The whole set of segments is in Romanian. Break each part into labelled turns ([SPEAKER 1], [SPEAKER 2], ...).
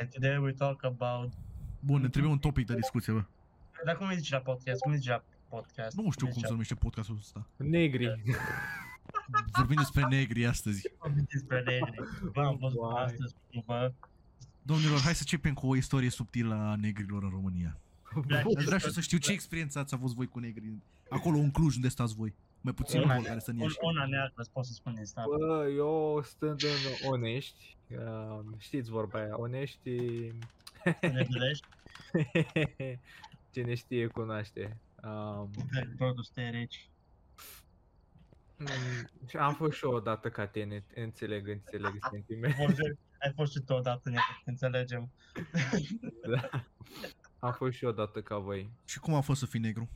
[SPEAKER 1] and today we talk about...
[SPEAKER 2] Bun, ne trebuie un topic de discuție, bă.
[SPEAKER 1] Dar cum îi zici la podcast? Cum îi zici la podcast? Deci
[SPEAKER 2] Nu știu cum
[SPEAKER 1] zici
[SPEAKER 2] se
[SPEAKER 1] la-
[SPEAKER 2] numește podcastul ăsta.
[SPEAKER 3] Negri.
[SPEAKER 2] Vorbim despre negri astăzi.
[SPEAKER 1] Vorbim despre negri. Bă, am văzut
[SPEAKER 3] Vai.
[SPEAKER 1] astăzi, uh, bă.
[SPEAKER 2] Domnilor, hai să începem cu o istorie subtilă a negrilor în România. Aș vrea și eu să știu ce experiență ați avut voi cu negri. Acolo în Cluj, unde stați voi. Mai puțin
[SPEAKER 1] Una-
[SPEAKER 2] acolo care să
[SPEAKER 1] Un,
[SPEAKER 2] ieși.
[SPEAKER 1] una neagră, îți pot să spun din start.
[SPEAKER 3] Bă, eu stând în Onești, um, știți vorba aia, Onești,
[SPEAKER 1] Ne gândești?
[SPEAKER 3] cine știe cunoaște. Um,
[SPEAKER 1] Produs te reci.
[SPEAKER 3] mm, și am fost și eu odată ca tine, înțeleg, înțeleg sentiment.
[SPEAKER 1] Vorbim. Ai fost și tu odată, ne înțelegem.
[SPEAKER 3] Am fost și eu odată ca voi.
[SPEAKER 2] Și cum a fost să fii negru?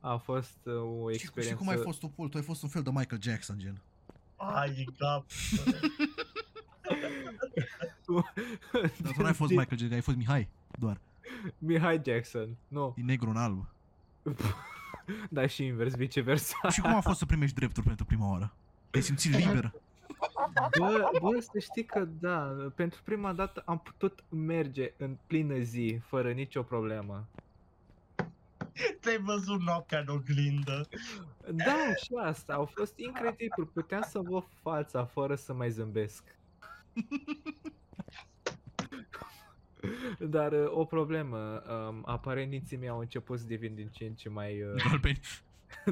[SPEAKER 3] A fost uh, o
[SPEAKER 2] Și, și cum
[SPEAKER 3] experiență...
[SPEAKER 2] ai fost tu, Paul? Tu ai fost un fel de Michael Jackson, gen.
[SPEAKER 1] Ai, din cap.
[SPEAKER 2] Dar tu n-ai fost Michael Jackson, ai fost Mihai. Doar.
[SPEAKER 3] Mihai Jackson, nu,
[SPEAKER 2] E negru în alb.
[SPEAKER 3] dar și invers, viceversa.
[SPEAKER 2] Și cum a fost să primești drepturi pentru prima oară? Te-ai simțit liber?
[SPEAKER 3] Bă, bă, să știi că da, pentru prima dată am putut merge în plină zi, fără nicio problemă.
[SPEAKER 1] Te-ai văzut noaptea în oglindă.
[SPEAKER 3] Da, și asta, au fost incredibil, puteam să vă fața fără să mai zâmbesc. Dar uh, o problemă, um, apare niții mei au început să devin din ce în ce mai... Uh,
[SPEAKER 2] Galbeni.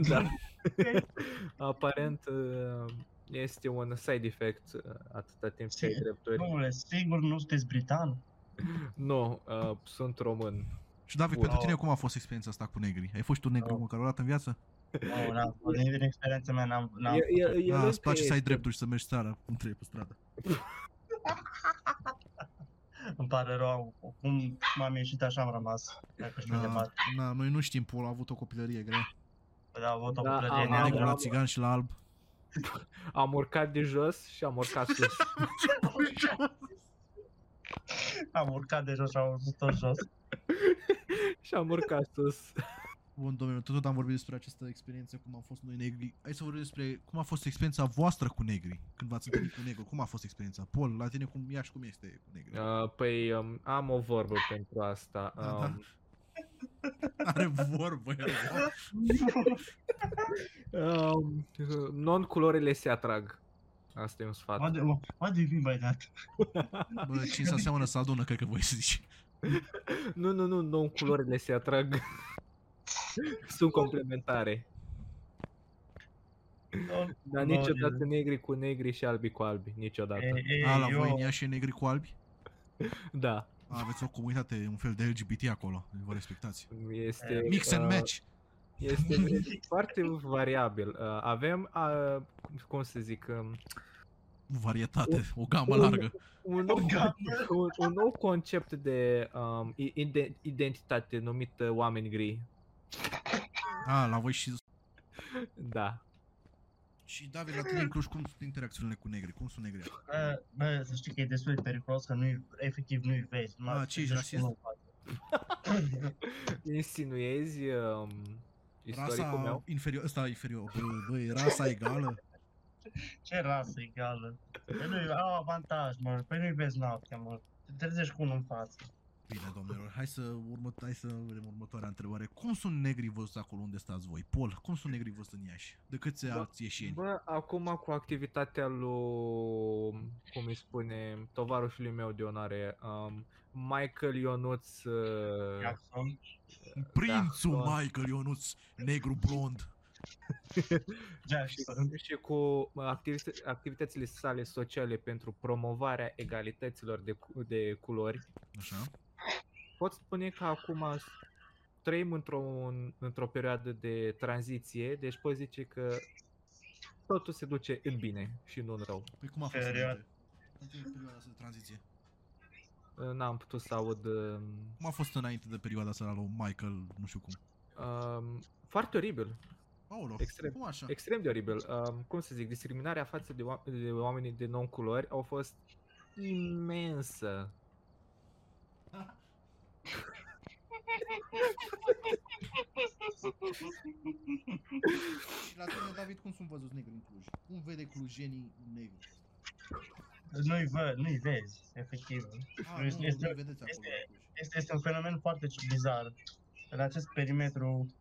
[SPEAKER 3] da. Aparent uh, este un side effect uh, atâta timp ce ai drepturi.
[SPEAKER 1] Domnule, sigur nu sunteți britan?
[SPEAKER 3] Nu, uh, sunt român.
[SPEAKER 2] Și David,
[SPEAKER 3] Wow.
[SPEAKER 2] pentru tine cum a fost experiența asta cu negri? Ai fost tu negru
[SPEAKER 1] Wow.
[SPEAKER 2] măcar o dată în viață?
[SPEAKER 1] Nu, n-am fost. Din experiența mea n-am... n-am.
[SPEAKER 3] El- el- el
[SPEAKER 2] Da,
[SPEAKER 3] încă
[SPEAKER 2] îți place să ai
[SPEAKER 3] este-
[SPEAKER 2] drepturi și să mergi seara cum trebuie pe stradă.
[SPEAKER 1] Îmi pare rău. Cum m-am ieșit așa am rămas. Dacă știu de
[SPEAKER 2] Da,
[SPEAKER 1] mare.
[SPEAKER 2] da, noi nu știm, Paul a avut o copilărie grea.
[SPEAKER 1] Dar a avut o
[SPEAKER 3] Da,
[SPEAKER 1] plătire
[SPEAKER 3] am-
[SPEAKER 2] La negru,
[SPEAKER 3] am-
[SPEAKER 2] la
[SPEAKER 1] neagră.
[SPEAKER 2] țigan și la alb.
[SPEAKER 3] Am urcat de jos și am urcat sus.
[SPEAKER 1] Am urcat de jos și am urcat tot jos.
[SPEAKER 3] și am urcat sus.
[SPEAKER 2] Bun, domnule, tot tot am vorbit despre această experiență, cum am fost noi negri. Hai să vorbim despre cum a fost experiența voastră cu negri, când v-ați întâlnit cu negru. Cum a fost experiența? Paul, la tine cum ia și cum este cu negri?
[SPEAKER 3] Uh, păi um, am o vorbă pentru asta.
[SPEAKER 2] Da, da.
[SPEAKER 3] Um,
[SPEAKER 2] Are vorbă, el.
[SPEAKER 3] um, non-culorile se atrag. Asta e un sfat.
[SPEAKER 1] What do, what do you mean by that?
[SPEAKER 2] Bă, cine se aseamănă să adună, cred că voi să zici.
[SPEAKER 3] Nu, nu, nu, non-culorile se atrag. Sunt complementare. Dar
[SPEAKER 1] Nu,
[SPEAKER 3] niciodată negri cu negri și albi cu albi. Niciodată.
[SPEAKER 1] Ei, ei,
[SPEAKER 2] A, la
[SPEAKER 1] eu-
[SPEAKER 2] voi în ea și e negri cu albi?
[SPEAKER 3] Da.
[SPEAKER 2] A, aveți o comunitate, un fel de LGBT acolo, vă respectați.
[SPEAKER 3] Este,
[SPEAKER 2] Mix and
[SPEAKER 3] uh,
[SPEAKER 2] match!
[SPEAKER 3] Este foarte variabil. Uh, avem, uh, cum- cum să zic, um,
[SPEAKER 2] Varietate, o gamă
[SPEAKER 3] un-
[SPEAKER 2] largă.
[SPEAKER 3] un nou,
[SPEAKER 1] O gamă.
[SPEAKER 3] un, un nou concept de um, i- ide- identitate numit uh, oameni gri.
[SPEAKER 2] A, la voi și...
[SPEAKER 3] Da.
[SPEAKER 2] Și David, la tine în Cluj, cum sunt interacțiunile cu negri? Cum sunt negri?
[SPEAKER 1] Bă, bă, să știi că e destul de periculos că nu-i, efectiv nu-i vezi. numai
[SPEAKER 2] Ah, ce ești
[SPEAKER 1] deci
[SPEAKER 2] rasist?
[SPEAKER 1] nu-l faci.
[SPEAKER 3] Insinuezi um, istoricul
[SPEAKER 2] Rasa
[SPEAKER 3] meu?
[SPEAKER 2] inferior, ăsta inferior, bă, bă, e rasa egală?
[SPEAKER 1] ce rasă egală? Păi nu au avantaj, mă, păi nu-i vezi noaptea, mă. Te trezești cu unul în față.
[SPEAKER 2] Bine, domnilor, hai să, urmă, hai să vedem următoarea întrebare. Cum sunt negrii văzuți acolo unde stați voi? Paul, cum sunt negrii văzuți în Iași? De câți
[SPEAKER 3] Bă,
[SPEAKER 2] alți ieșieni?
[SPEAKER 3] Bă, acum cu activitatea lui, cum îi spune, tovarășului meu de onoare, um, Michael Ionuț, uh,
[SPEAKER 1] Jackson.
[SPEAKER 2] Prințul
[SPEAKER 3] da,
[SPEAKER 2] Michael Ionuț, negru blond.
[SPEAKER 3] și,
[SPEAKER 1] Jackson.
[SPEAKER 3] și cu activit- activitățile sale sociale pentru promovarea egalităților de, cu- de culori,
[SPEAKER 2] Așa.
[SPEAKER 3] pot spune că acum s- trăim într-o, într-o perioadă de tranziție, deci pot zice că totul se duce în bine și nu în rău.
[SPEAKER 2] Păi cum a fost
[SPEAKER 1] Perioada-
[SPEAKER 2] înainte? Înainte de perioada asta de tranziție.
[SPEAKER 3] Uh, N-am putut să aud um,
[SPEAKER 2] Cum a fost înainte de perioada asta la lui Michael, nu știu cum?
[SPEAKER 3] um, foarte oribil,
[SPEAKER 2] Paolo,
[SPEAKER 3] Extrem.
[SPEAKER 2] cum așa?
[SPEAKER 3] extrem de oribil. Um, cum să zic, discriminarea față de, oa- de oamenii de non-culori au fost imensă.
[SPEAKER 2] Și la tine, David, cum sunt văzuți negri în Cluj? Cum vede clujenii negri?
[SPEAKER 1] Nu-i văd, nu-i vezi, efectiv.
[SPEAKER 2] Ah,
[SPEAKER 1] Este-
[SPEAKER 2] nu,
[SPEAKER 1] este-
[SPEAKER 2] nu-i vedeți acolo.
[SPEAKER 1] este- Este, este un fenomen foarte bizar. În acest perimetru...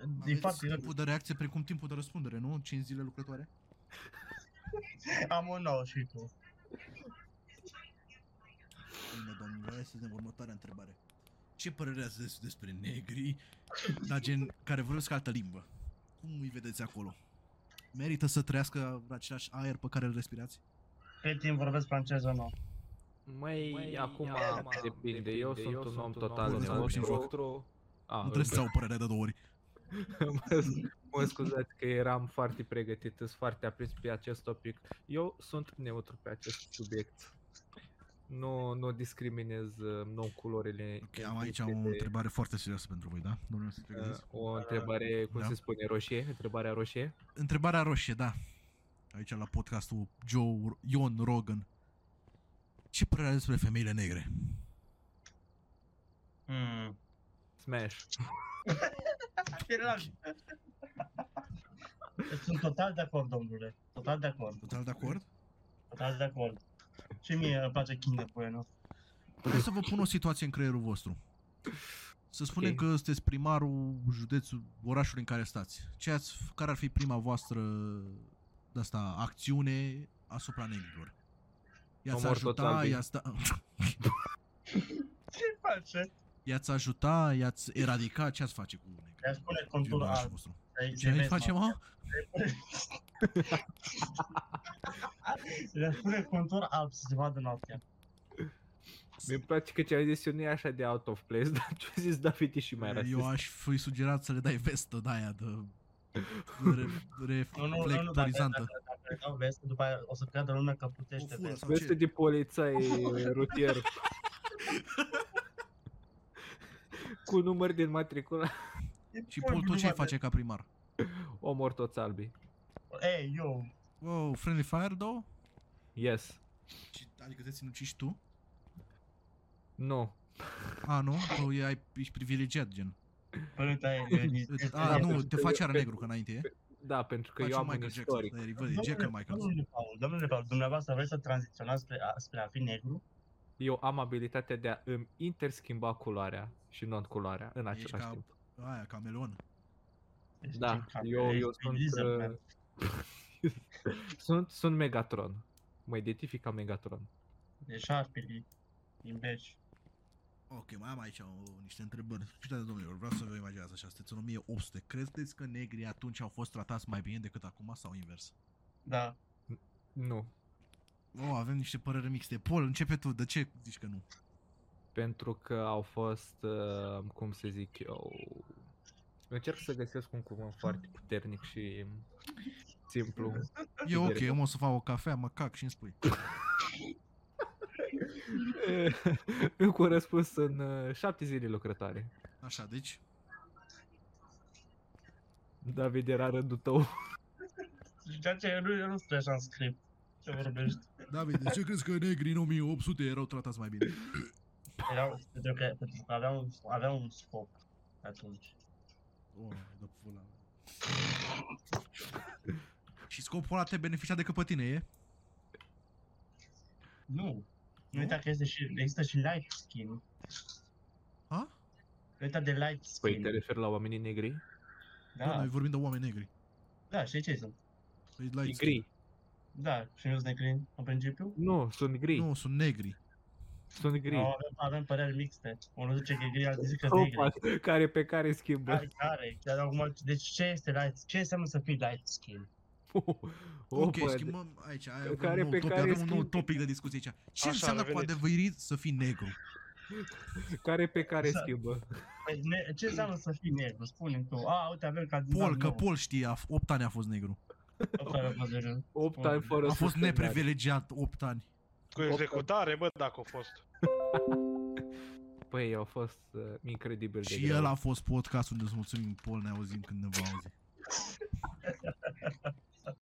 [SPEAKER 1] E
[SPEAKER 2] Aveți
[SPEAKER 1] foarte...
[SPEAKER 2] timpul de reacție precum timpul de răspundere, nu? 5 zile lucrătoare?
[SPEAKER 1] Am un nou și tu.
[SPEAKER 2] Bine, domnule, hai să vedem următoarea întrebare. Ce părere ați des- despre negri, dar gen care vorbesc altă limbă? Cum îi vedeți acolo? Merită să trăiască același aer pe care îl respirați?
[SPEAKER 1] Cât timp vorbesc franceză nou?
[SPEAKER 3] Măi,
[SPEAKER 4] Măi,
[SPEAKER 3] acum
[SPEAKER 4] acum
[SPEAKER 3] depinde, eu sunt un om total
[SPEAKER 2] Vorbesc cu și în joc.
[SPEAKER 3] neutru. Ah,
[SPEAKER 2] nu trebuie să au părerea de două ori.
[SPEAKER 3] mă, mă scuzați că eram foarte pregătit, sunt foarte aprins pe acest topic. Eu sunt neutru pe acest subiect. Nu, nu discriminez uh, non-culorile.
[SPEAKER 2] Ok,
[SPEAKER 3] în
[SPEAKER 2] am aici
[SPEAKER 3] funcție
[SPEAKER 2] o
[SPEAKER 3] de,
[SPEAKER 2] întrebare foarte serioasă pentru voi, da? Domnule, să
[SPEAKER 3] uh,
[SPEAKER 2] pregătiți.
[SPEAKER 3] o întrebare, cum
[SPEAKER 2] Da.
[SPEAKER 3] se spune, roșie? Întrebarea roșie?
[SPEAKER 2] Întrebarea roșie, da. Aici la podcastul Joe Ion Rogan. Ce părere aveți despre femeile negre?
[SPEAKER 1] Hmm.
[SPEAKER 3] Smash.
[SPEAKER 1] Relax. Deci Sunt total de acord, domnule. Total de acord.
[SPEAKER 2] Total de acord?
[SPEAKER 1] Total de acord. Și mie îmi place Kinder Bueno.
[SPEAKER 2] Hai să vă pun o situație în creierul vostru. Să spunem
[SPEAKER 3] Ok.
[SPEAKER 2] că sunteți primarul județul, orașul în care stați. Ce ați, care ar fi prima voastră de asta, acțiune asupra negrilor? I-ați
[SPEAKER 3] Omor toți
[SPEAKER 2] ajuta,
[SPEAKER 3] albii.
[SPEAKER 2] i-ați, da,
[SPEAKER 1] Ce face?
[SPEAKER 2] i-ați ajuta, i-ați eradica, ce ați face cu negri?
[SPEAKER 1] Le-aș pune
[SPEAKER 2] din
[SPEAKER 1] contul
[SPEAKER 2] orașul
[SPEAKER 1] alb.
[SPEAKER 2] vostru?
[SPEAKER 1] Să-i-
[SPEAKER 2] Ce
[SPEAKER 1] să-i
[SPEAKER 2] aici
[SPEAKER 1] vezi,
[SPEAKER 2] facem,
[SPEAKER 1] mă.
[SPEAKER 2] mă?
[SPEAKER 1] Le-aș pune contur alb să se vadă noaptea.
[SPEAKER 3] Mi-e place că ce-am zis eu nu e așa de out of place, dar ce-a zis David e și mai rasist.
[SPEAKER 2] Eu aș fi sugerat să le dai vestă de aia de re,
[SPEAKER 1] Nu, da, nu, nu, nu, dacă, dacă,
[SPEAKER 2] reflectorizantă.
[SPEAKER 1] dacă le dau veste, după aia o să creadă lumea că
[SPEAKER 2] O
[SPEAKER 1] putește
[SPEAKER 2] fură
[SPEAKER 1] veste.
[SPEAKER 2] sau
[SPEAKER 3] Veste
[SPEAKER 2] ce?
[SPEAKER 3] de polițai rutier. cu număr din matricula,
[SPEAKER 2] Și Paul, tu ce ai face ca primar?
[SPEAKER 3] omor toți albii.
[SPEAKER 1] Ei, eu,
[SPEAKER 2] Wow, Friendly Fire 2?
[SPEAKER 3] Yes.
[SPEAKER 2] Și- Adică te sinuciși tu?
[SPEAKER 3] Nu.
[SPEAKER 2] A, nu? Tu e- ai, ești privilegiat, gen.
[SPEAKER 1] părâta e, e nici-
[SPEAKER 2] Deci, A,
[SPEAKER 3] da,
[SPEAKER 2] nu,
[SPEAKER 3] pentru
[SPEAKER 2] te
[SPEAKER 3] că
[SPEAKER 2] faci
[SPEAKER 3] eu-
[SPEAKER 2] iar negru, că înainte e.
[SPEAKER 3] Da, pentru că
[SPEAKER 2] Faci
[SPEAKER 3] eu
[SPEAKER 2] un
[SPEAKER 3] am un
[SPEAKER 2] Michael Jackson.
[SPEAKER 3] istoric.
[SPEAKER 2] Da, e reverse, e Jackson Michael.
[SPEAKER 1] Domnule Paul, domnule Paul, dumneavoastră vreți să tranziționați spre a, spre a fi negru?
[SPEAKER 3] Eu am abilitatea de a îmi interschimba culoarea și non-culoarea în
[SPEAKER 2] Ești
[SPEAKER 3] același
[SPEAKER 2] ca-
[SPEAKER 3] timp.
[SPEAKER 2] Aia, cameleon.
[SPEAKER 1] Ești
[SPEAKER 3] Da,
[SPEAKER 1] ca-
[SPEAKER 3] eu, eu
[SPEAKER 1] ești
[SPEAKER 3] sunt,
[SPEAKER 1] lizard,
[SPEAKER 3] uh,
[SPEAKER 1] man.
[SPEAKER 3] sunt, sunt Megatron. Mă identific ca Megatron.
[SPEAKER 1] Ești arpili din beci.
[SPEAKER 2] Ok, mai am aici o, niște întrebări. Uitați, domnilor, vreau să vă imaginați așa, sunteți în 1800. Credeți că negrii atunci au fost tratați mai bine decât acum sau invers?
[SPEAKER 1] Da.
[SPEAKER 3] Nu.
[SPEAKER 2] Oh, avem niște păreri mixte. Paul, începe tu, de ce zici că nu?
[SPEAKER 3] Pentru că au fost, uh, cum să zic eu, încerc să găsesc un cuvânt foarte puternic și simplu.
[SPEAKER 2] E ok, eu mă o să fac o cafea, mă cac și îmi spui.
[SPEAKER 3] Cu răspuns în uh, șapte zile lucrătoare.
[SPEAKER 2] Așa, deci,
[SPEAKER 3] David era rândul tău.
[SPEAKER 1] Ceea ce nu, eu nu scriu așa în script. Ce vorbești?
[SPEAKER 2] David, de ce crezi că negrii în 1800 erau tratați mai bine?
[SPEAKER 1] Erau, pentru că, pentru că aveam, aveam un scop atunci.
[SPEAKER 2] Oh, dă pula. Și scopul ăla te beneficia decât pe tine, e?
[SPEAKER 1] Nu. Nu uita că este și, există și light skin.
[SPEAKER 2] Ha?
[SPEAKER 1] Nu uita de light skin.
[SPEAKER 3] Păi te referi la oamenii negri?
[SPEAKER 2] Da,
[SPEAKER 1] da,
[SPEAKER 2] noi vorbim de oameni negri.
[SPEAKER 1] da, știi ce sunt?
[SPEAKER 2] Păi, light skin.
[SPEAKER 3] Gri.
[SPEAKER 1] Da, și nu sunt negri în principiu?
[SPEAKER 3] Nu, sunt gri.
[SPEAKER 2] Nu, sunt negri.
[SPEAKER 3] Sunt gri.
[SPEAKER 1] Au- Avem, avem păreri mixte. Unul zice că e gri, altul zice că e negri.
[SPEAKER 3] Opa, care pe care schimbă.
[SPEAKER 1] Care, care? Dar acum, deci ce este light, ce înseamnă să fii light skin?
[SPEAKER 2] Ok,
[SPEAKER 3] Opa,
[SPEAKER 2] schimbăm aici. Ai, avem
[SPEAKER 3] care
[SPEAKER 2] un nou
[SPEAKER 3] pe
[SPEAKER 2] topic,
[SPEAKER 3] care
[SPEAKER 2] avem un nou
[SPEAKER 3] schimbi.
[SPEAKER 2] topic de discuție aici. Ce
[SPEAKER 4] Așa,
[SPEAKER 2] înseamnă cu
[SPEAKER 4] reveniți.
[SPEAKER 2] adevărit să fii negru?
[SPEAKER 3] care pe care
[SPEAKER 1] Da.
[SPEAKER 2] Exact.
[SPEAKER 3] schimbă.
[SPEAKER 1] Păi, ne, ce înseamnă să fii negru? Spune tu. A, uite, avem
[SPEAKER 3] Da,
[SPEAKER 1] candidat
[SPEAKER 2] Paul, că
[SPEAKER 1] nou.
[SPEAKER 2] Paul știe, a f- 8 ani a fost negru.
[SPEAKER 1] Tot care a fost negru.
[SPEAKER 3] 8 ani fără
[SPEAKER 2] A fost
[SPEAKER 3] suspendare.
[SPEAKER 2] neprivilegiat 8 ani.
[SPEAKER 4] Cu executare, bă, dacă a fost.
[SPEAKER 3] Păi au fost uh, incredibil de
[SPEAKER 2] Și
[SPEAKER 3] greu.
[SPEAKER 2] deci el a fost podcastul unde îți mulțumim, Paul, ne auzim când ne va auzi.